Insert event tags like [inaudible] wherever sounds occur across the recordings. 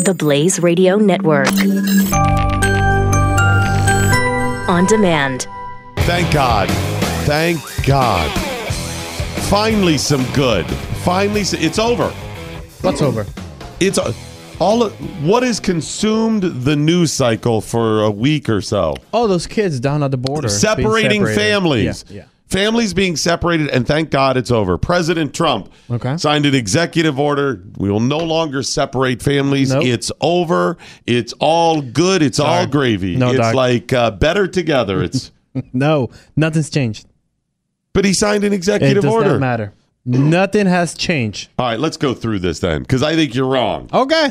The Blaze Radio Network. On demand. Thank God. Thank God. Finally, some good. Finally, s- it's over. What's over? It's o- all. of- What has consumed the news cycle for a week or so? Oh, those kids down at the border. being Separating separated. families. Yeah. Families being separated, and thank God it's over. President Trump Okay. signed an executive order. We will no longer separate families. Nope. It's over. It's all good. It's all gravy. No, it's Doc. like uh, better together. It's. yeah. No, nothing's changed. but he signed an It executive does order. not matter. Nothing has changed. All right, let's go through this then, because I think you're wrong. Okay.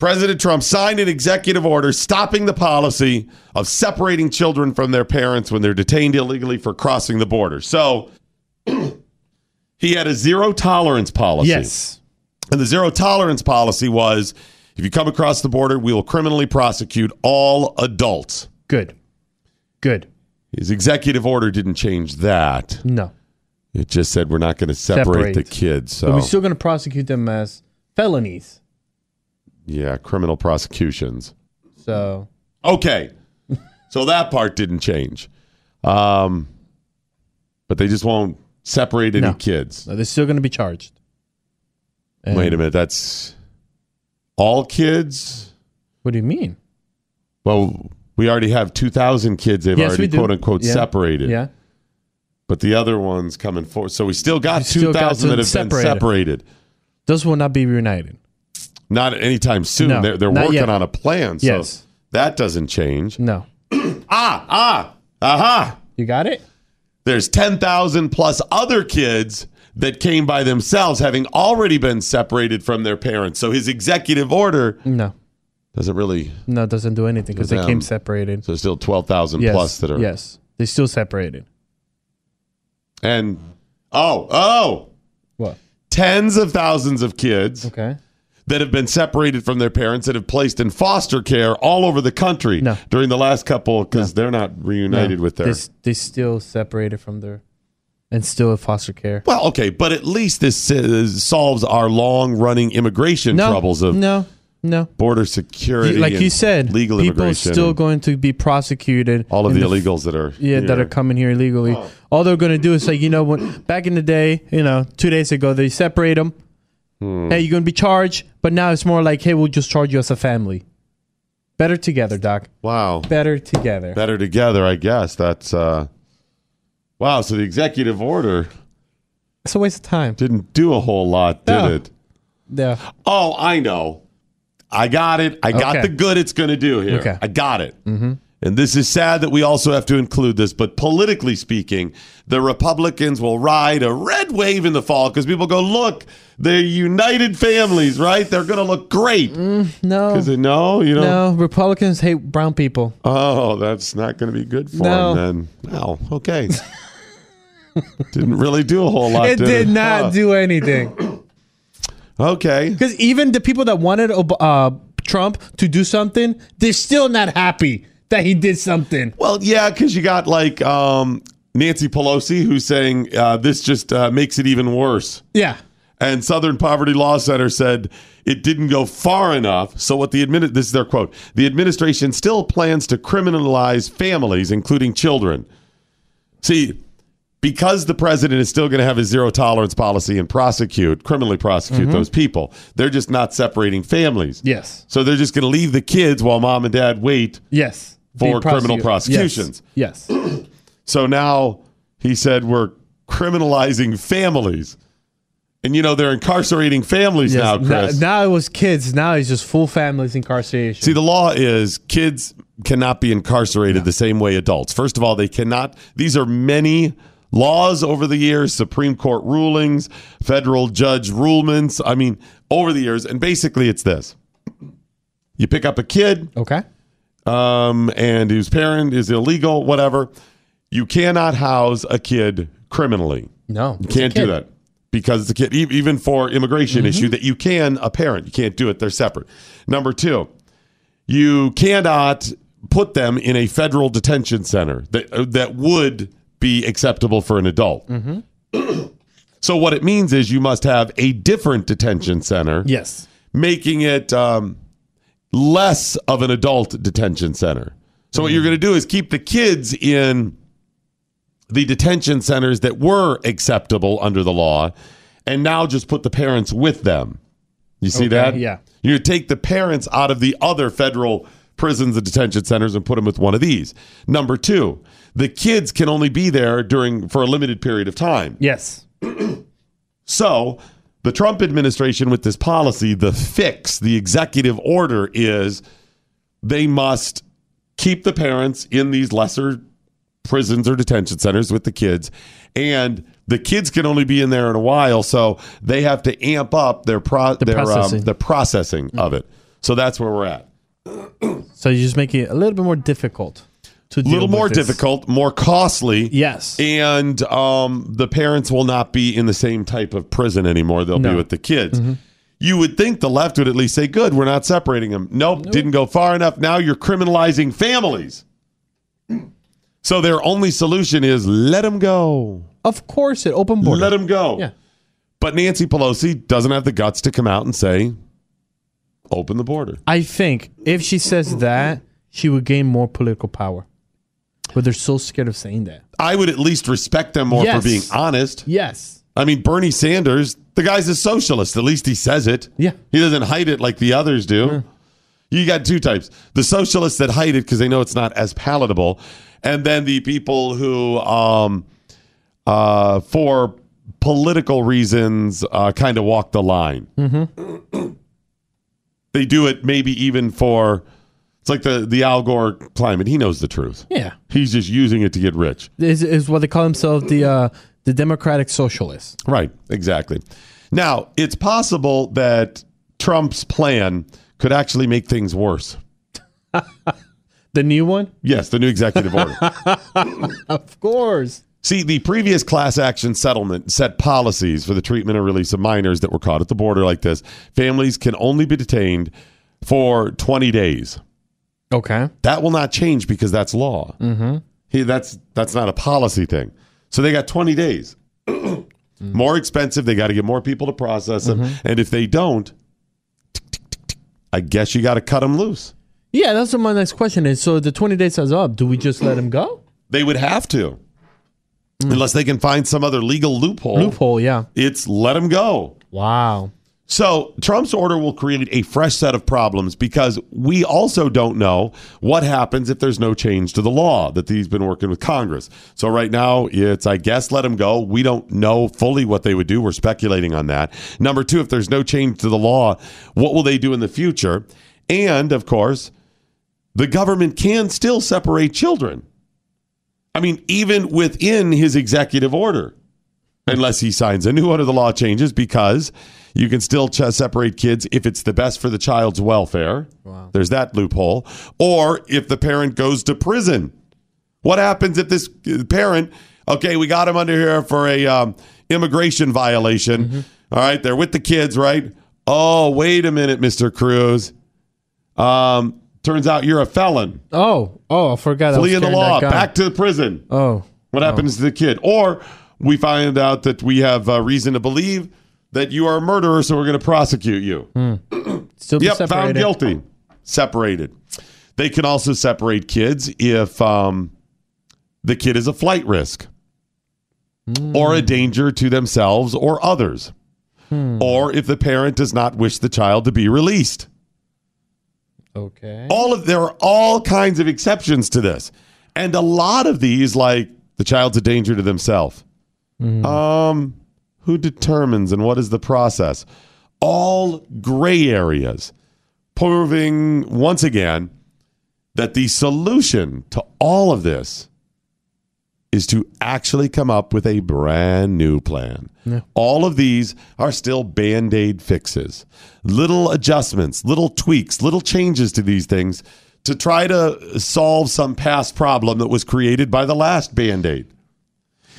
President Trump signed an executive order stopping the policy of separating children from their parents when they're detained illegally for crossing the border. So [clears throat] he had a zero tolerance policy. Yes. And the zero tolerance policy was if you come across the border, we will criminally prosecute all adults. Good. Good. His executive order didn't change that. No. It just said we're not going to separate, Separate. the kids. So But we're still going to prosecute them as felonies. yeah, criminal prosecutions. So, Okay. so that part didn't change. Um, but they just won't separate any No. kids. so they're still going to be charged. And- Wait a minute. That's all kids? What do you mean? Well, we already have 2,000 kids they've Yes, we already do. quote unquote Yeah. separated. Yeah. But the other one's coming forward. So we still got We still got 2,000 that them have been separated. separated. Those will not be reunited. Not anytime soon. No, they're they're not working yet. on a plan. So Yes. that doesn't change. No. Ah, ah, aha. You got it? There's 10,000 plus other kids that came by themselves having already been separated from their parents. So his executive order No. doesn't really No, it doesn't do anything because they them. came separated. so there's still 12,000 yes. plus that are Yes. They're still separated. and oh, oh, What? tens of thousands of kids Okay. that have been separated from their parents that have placed in foster care all over the country No. during the last couple cuz they're not reunited No, with their They, s- they still separated from their, and still in foster care. Well, okay, but at least this uh, solves our long-running immigration No troubles of no, no. border You- security like you and said, legal people immigration still and- going to be prosecuted. all of in the Oh. f- illegals that are yeah, that here. are coming here illegally. All they're going to do is say, you know what? Back in the day, you know, two days ago, they separate them. Hmm. Hey, you're going to be charged, but now it's more like, hey, we'll just charge you as a family. Better together, Doc. wow Better together. better together i guess that's uh wow so the executive order It's a waste of time. didn't do a whole lot did No. it Yeah. oh i know i got it i got Okay. the good it's gonna do here Okay. i got it mm-hmm. and this is sad that we also have to include this but politically speaking the republicans will ride a red wave in the fall because people go look they're united families right they're gonna look great No. 'Cause they- no you know Mm. No, Republicans hate brown people. Oh, that's not going to be good for No. him then. Wow. Okay. [laughs] Didn't really do a whole lot. it did not Huh. do anything. Okay. Because even the people that wanted Ob- uh, Trump to do something, they're still not happy that he did something. Well, yeah, because you got like um, Nancy Pelosi who's saying uh, this just uh, makes it even worse. Yeah. And Southern Poverty Law Center said it didn't go far enough. So what the admin this is their quote. The administration still plans to criminalize families, including children. See, because the president is still going to have a zero tolerance policy and prosecute, criminally prosecute those people, they're just not separating families. Yes. So they're just going to leave the kids while mom and dad wait. Yes. For The criminal prosecute- prosecutions. Yes. yes. So now he said we're criminalizing families. And you know they're incarcerating families Yes. now, Chris. now it was kids. Now it's just full families incarceration. See, the law is kids cannot be incarcerated the same way adults. First of all, they cannot. These are many laws over the years, Supreme Court rulings, federal judge rulings. I mean, over the years. And basically, it's this you pick up a kid okay. um, and whose parent is illegal, whatever. You cannot house a kid criminally. No. You can't do that because it's a kid. E- Even for immigration issue, that you can a parent, you can't do it. They're separate. Number two, you cannot put them in a federal detention center that uh, that would be acceptable for an adult. [clears throat] so what it means is you must have a different detention center Yes. making it um, less of an adult detention center. So what you're going to do is keep the kids in the detention centers that were acceptable under the law and now just put the parents with them. You see Okay, that? yeah. You take the parents out of the other federal prisons and detention centers and put them with one of these. Number 2, the kids can only be there during for a limited period of time. Yes. So, the Trump administration with this policy, the fix, the executive order is they must keep the parents in these lesser prisons or detention centers with the kids. And the kids can only be in there in a while. So, they have to amp up their, pro- their processing. Mm. Um, the processing of it. So, that's where we're at. So you just make it a little bit more difficult to A deal little with more this. difficult, more costly. Yes. And um, the parents will not be in the same type of prison anymore. They'll be No. Mm-hmm. with the kids. You would think the left would at least say, good, we're not separating them. Nope, didn't go far enough. Now you're criminalizing families. So their only solution is let them go. of course, it open border. Let them go. Yeah. But Nancy Pelosi doesn't have the guts to come out and say, open the border. I think if she says that, she would gain more political power. But they're so scared of saying that. I would at least respect them more Yes. for being honest. Yes. I mean, Bernie Sanders, the guy's a socialist. At least he says it. Yeah. He doesn't hide it like the others do. You got two types the socialists that hide it because they know it's not as palatable, and then the people who, um, uh, for political reasons, uh, kind of walk the line. Mm-hmm. [clears throat] they do it maybe even for. It's like the, the Al Gore climate. He knows the truth. Yeah. He's just using it to get rich. Is is what they call themselves the uh, the democratic socialists. Right, exactly. Now, it's possible that Trump's plan could actually make things worse. The new one? Yes, the new executive [laughs] order. Of course. See, the previous class action settlement set policies for the treatment and release of minors that were caught at the border like this. Families can only be detained for 20 days. Okay. That will not change because that's law. Mm-hmm. He, that's that's not a policy thing. So they got 20 days. Mm. more expensive. They got to get more people to process them. And if they don't, tick, tick, tick, tick, I guess you got to cut them loose. Yeah, that's what my next question is. So the 20 days is up. Do we just let him go? They would have to, unless they can find some other legal Mm. loophole. Loophole, yeah. It's let them go. Wow. So Trump's order will create a fresh set of problems because we also don't know what happens if there's no change to the law that he's been working with Congress. So right now it's I guess let him go. We don't know fully what they would do. We're speculating on that. Number 2, if there's no change to the law, what will they do in the future? And of course, the government can still separate children. I mean, even within his executive order, unless he signs a new one or the law changes, because you can still ch- separate kids if it's the best for the child's welfare. Wow. There's that loophole. Or if the parent goes to prison. What happens if this uh, parent, okay, we got him under here for a um, immigration violation. All right, they're with the kids, right? Oh, wait a minute, Mr. Cruz. Um, turns out you're a felon. Oh, oh, I forgot. I was Fleeing the carrying law, that guy. back to the prison. Oh, What happens to the kid? Or we find out that we have uh, reason to believe that you are a murderer, so we're going to prosecute you. still be Yep, separated. found guilty, separated. They can also separate kids if um, the kid is a flight risk or a danger to themselves or others, or if the parent does not wish the child to be released. Okay. all of there are all kinds of exceptions to this and a lot of these like the child's a danger to themselves um who determines and what is the process all gray areas proving once again that the solution to all of this is to actually come up with a brand new plan. All of these are still band aid fixes, little adjustments, little tweaks, little changes to these things to try to solve some past problem that was created by the last band aid.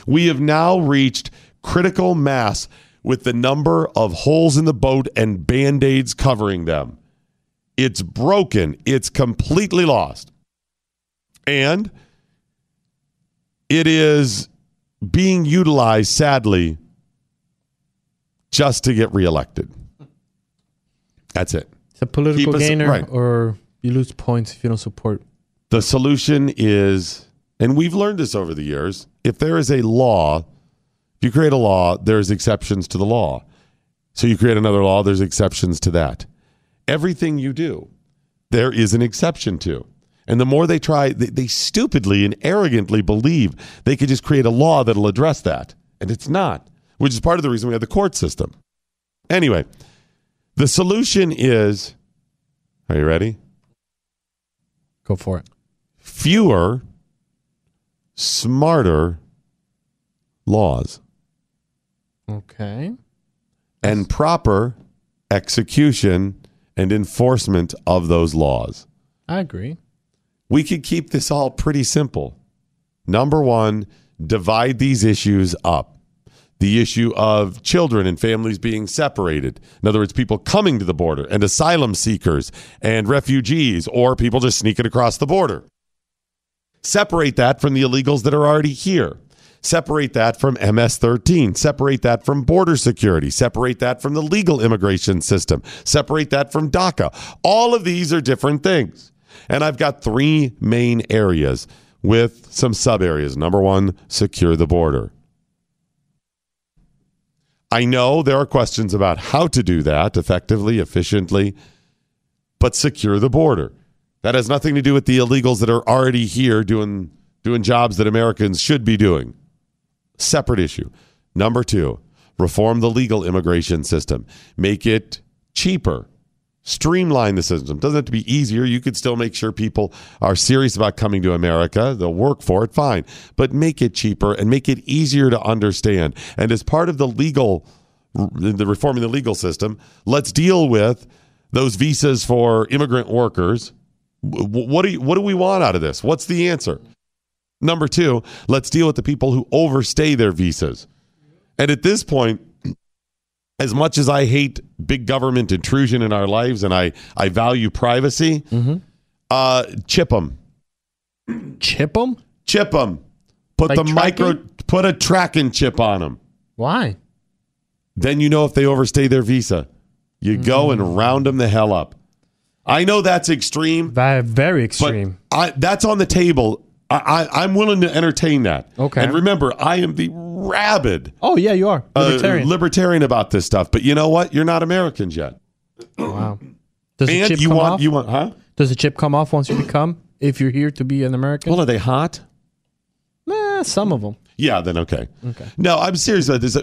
We have now reached critical mass with the number of holes in the boat and band aids covering them. It's broken, it's completely lost. And it is being utilized, sadly, just to get reelected. That's it. It's a political Keep us- gainer, right. or you lose points if you don't support. The solution is, and we've learned this over the years, if there is a law, if you create a law, there's exceptions to the law. So you create another law, there's exceptions to that. Everything you do, there is an exception to. And the more they try, they, they stupidly and arrogantly believe they could just create a law that'll address that. And it's not, which is part of the reason we have the court system. Anyway, the solution is are you ready? Go for it. fewer, smarter laws Okay. and proper execution and enforcement of those laws. I agree. We could keep this all pretty simple. Number one, divide these issues up. The issue of children and families being separated. In other words, people coming to the border and asylum seekers and refugees or people just sneaking across the border. Separate that from the illegals that are already here. Separate that from MS 13. Separate that from border security. Separate that from the legal immigration system. Separate that from DACA. All of these are different things. And I've got three main areas with some sub areas. Number one, secure the border. I know there are questions about how to do that effectively, efficiently, but secure the border. That has nothing to do with the illegals that are already here doing doing jobs that Americans should be doing. Separate issue. Number 2, reform the legal immigration system. Make it cheaper. Streamline the system. Doesn't have to be easier. You could still make sure people are serious about coming to America. They'll work for it, fine. But make it cheaper and make it easier to understand. And as part of the legal the reforming the legal system, let's deal with those visas for immigrant workers w- what do you, what do we want out of this? What's the answer? Number two, let's deal with the people who overstay their visas. And at this point, [clears throat] as much as I hate big government intrusion in our lives and I, I value privacy, uh, chip them, Chip them? chip them, put Like the micro, tracking? put a tracking chip on them. Why? Then you know if they overstay their visa, you go Mm. and round them the hell up. I know that's extreme. That very But extreme. I, that's on the table. I, I, I'm willing to entertain that. Okay. And remember, I am the rabid oh yeah, you are uh, libertarian. libertarian about this stuff. But you know what? You're not Americans yet. wow. Does the and chip you come want off? you want huh? Does the chip come off once you become? If you're here to be an American? Well, are they hot? Nah, some of them. Yeah, then okay. Okay. No, I'm serious about this.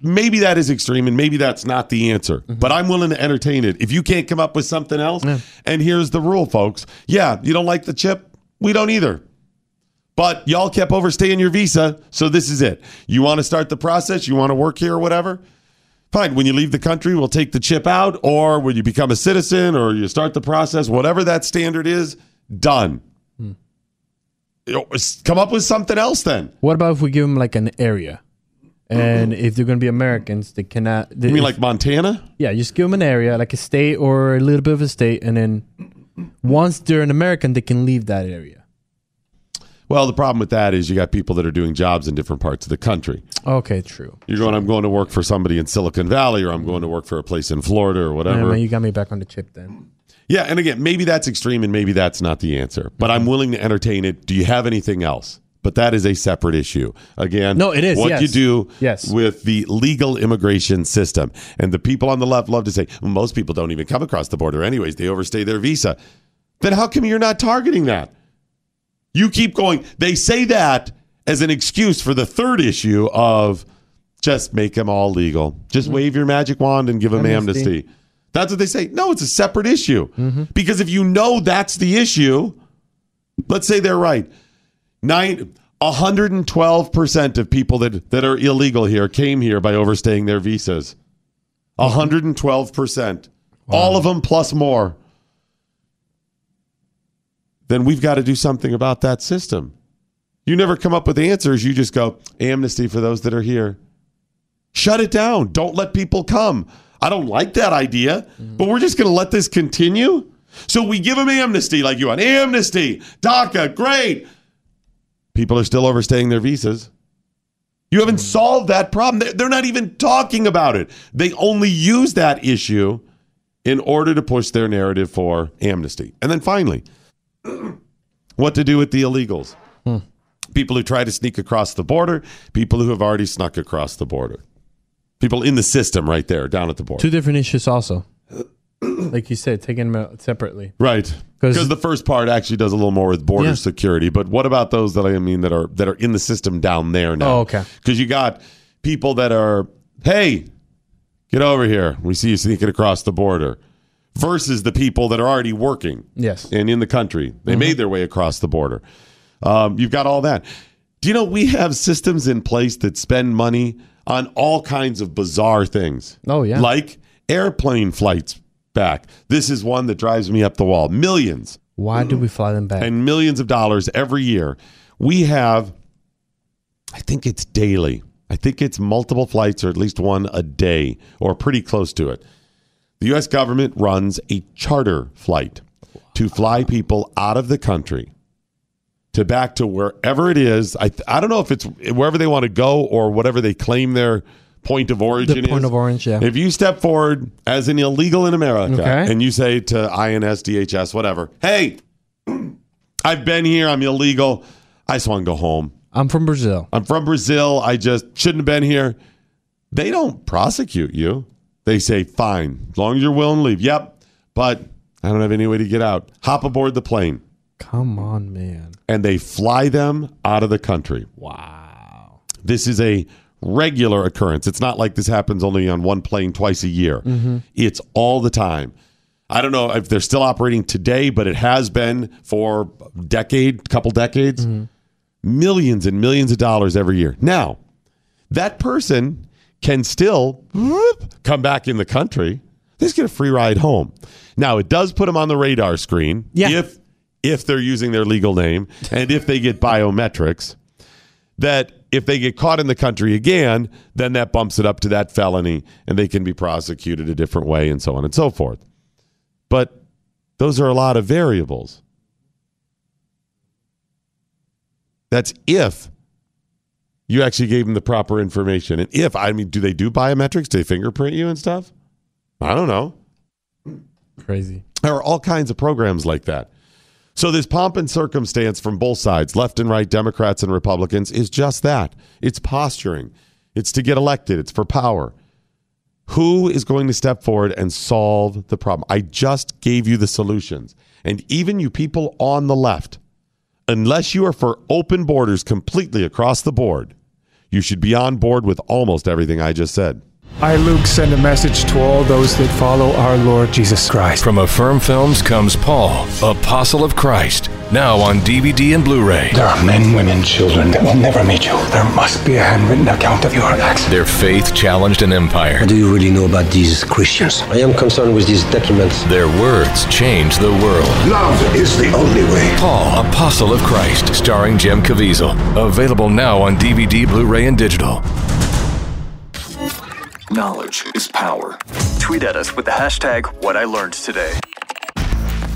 Maybe that is extreme, and maybe that's not the answer. But I'm willing to entertain it. If you can't come up with something else, and here's the rule, folks. Yeah, you don't like the chip. We don't either. But y'all kept overstaying your visa, so this is it. You want to start the process? You want to work here or whatever? Fine. When you leave the country, we'll take the chip out, or when you become a citizen, or you start the process, whatever that standard is, done. You know, s- Come up with something else then. What about if we give them like an area? And if they're going to be Americans, they cannot. They, You mean like Montana? yeah, just give them an area, like a state or a little bit of a state, and then once they're an American, they can leave that area. Well, the problem with that is you got people that are doing jobs in different parts of the country. Okay, true. You're going, I'm going to work for somebody in Silicon Valley, or I'm going to work for a place in Florida, or Yeah, whatever. man, you got me back on the chip then. yeah, and again, maybe that's extreme, and maybe that's not the answer. But I'm willing to entertain it. Do you have anything else? But that is a separate issue. Again, No, it is, what yes. you do Yes. with the legal immigration system, and the people on the left love to say most people don't even come across the border, anyways. They overstay their visa. Then how come you're not targeting that? You keep going. They say that as an excuse for the third issue of just make them all legal. Just wave your magic wand and give them amnesty. Amnesty. That's what they say. No, it's a separate issue. Because if you know that's the issue, let's say they're right. Nine, 112% of people that, that are illegal here came here by overstaying their visas. 112%. All of them plus more then we've got to do something about that system. You never come up with answers. You just go amnesty for those that are here. Shut it down. Don't let people come. I don't like that idea, but we're just going to let this continue. So we give them amnesty, like you want amnesty, DACA, great. People are still overstaying their visas. You haven't solved that problem. They're- They're not even talking about it. They only use that issue in order to push their narrative for amnesty. And then finally, [clears throat] what to do with the illegals people who try to sneak across the border, people who have already snuck across the border, people in the system right there down at the border. Two different [coughs] issues, also. Like you said, taking them out separately. Right. 'Cause- Because the first part actually does a little more with border Yeah. security. But what about those that I mean that are that are in the system down there now? Oh, okay. Because you got people that are, hey, get over here. We see you sneaking across the border. Versus the people that are already working Yes. and in the country. They made their way across the border. Um, you've got all that. Do you know we have systems in place that spend money on all kinds of bizarre things? Oh, yeah. Like airplane flights back. This is one that drives me up the wall. Millions Why do we fly them back? and millions of dollars every year. We have, I think it's daily. I think it's multiple flights or at least one a day or pretty close to it. The U.S. government runs a charter flight to fly people out of the country to back to wherever it is. I, I don't know if it's wherever they want to go or whatever they claim their point of origin The point is. of orange, yeah. If you step forward as an illegal in America Okay. and you say to INS, DHS, whatever, hey, [clears throat] I've been here, I'm illegal, I just want to go home. I'm from Brazil. I'm from Brazil, I just shouldn't have been here. They don't prosecute you. They say, fine, as long as you're willing to leave. Yep, but I don't have any way to get out. Hop aboard the plane. Come on, man. And they fly them out of the country. Wow. This is a regular occurrence. It's not like this happens only on one plane twice a year. It's all the time. I don't know if they're still operating today, but it has been for a decade, couple decades. Millions and millions of dollars every year. Now, that person can still whoop, come back in the country. They just get a free ride home. Now, it does put them on the radar screen Yeah. if if they're using their legal name and if they get biometrics that if they get caught in the country again, then that bumps it up to that felony and they can be prosecuted a different way and so on and so forth. But those are a lot of variables. That's if you actually gave them the proper information. And if, I mean, do they do biometrics? Do they fingerprint you and stuff? I don't know. Crazy. There are all kinds of programs like that. So, this pomp and circumstance from both sides, left and right, Democrats and Republicans, is just that. It's posturing, it's to get elected, it's for power. Who is going to step forward and solve the problem? I just gave you the solutions. And even you people on the left, unless you are for open borders completely across the board, you should be on board with almost everything I just said. I, Luke, send a message to all those that follow our Lord Jesus Christ. From Affirm Films comes Paul, Apostle of Christ, now on DVD and Blu ray. There are men, women, children that will never meet you. There must be a handwritten account of your acts. Their faith challenged an empire. What do you really know about these Christians? I am concerned with these documents. Their words changed the world. Love is the only way. Paul, Apostle of Christ, starring Jim Caviezel. Available now on DVD, Blu ray, and digital. Knowledge is power. Tweet at us with the hashtag What I Learned Today.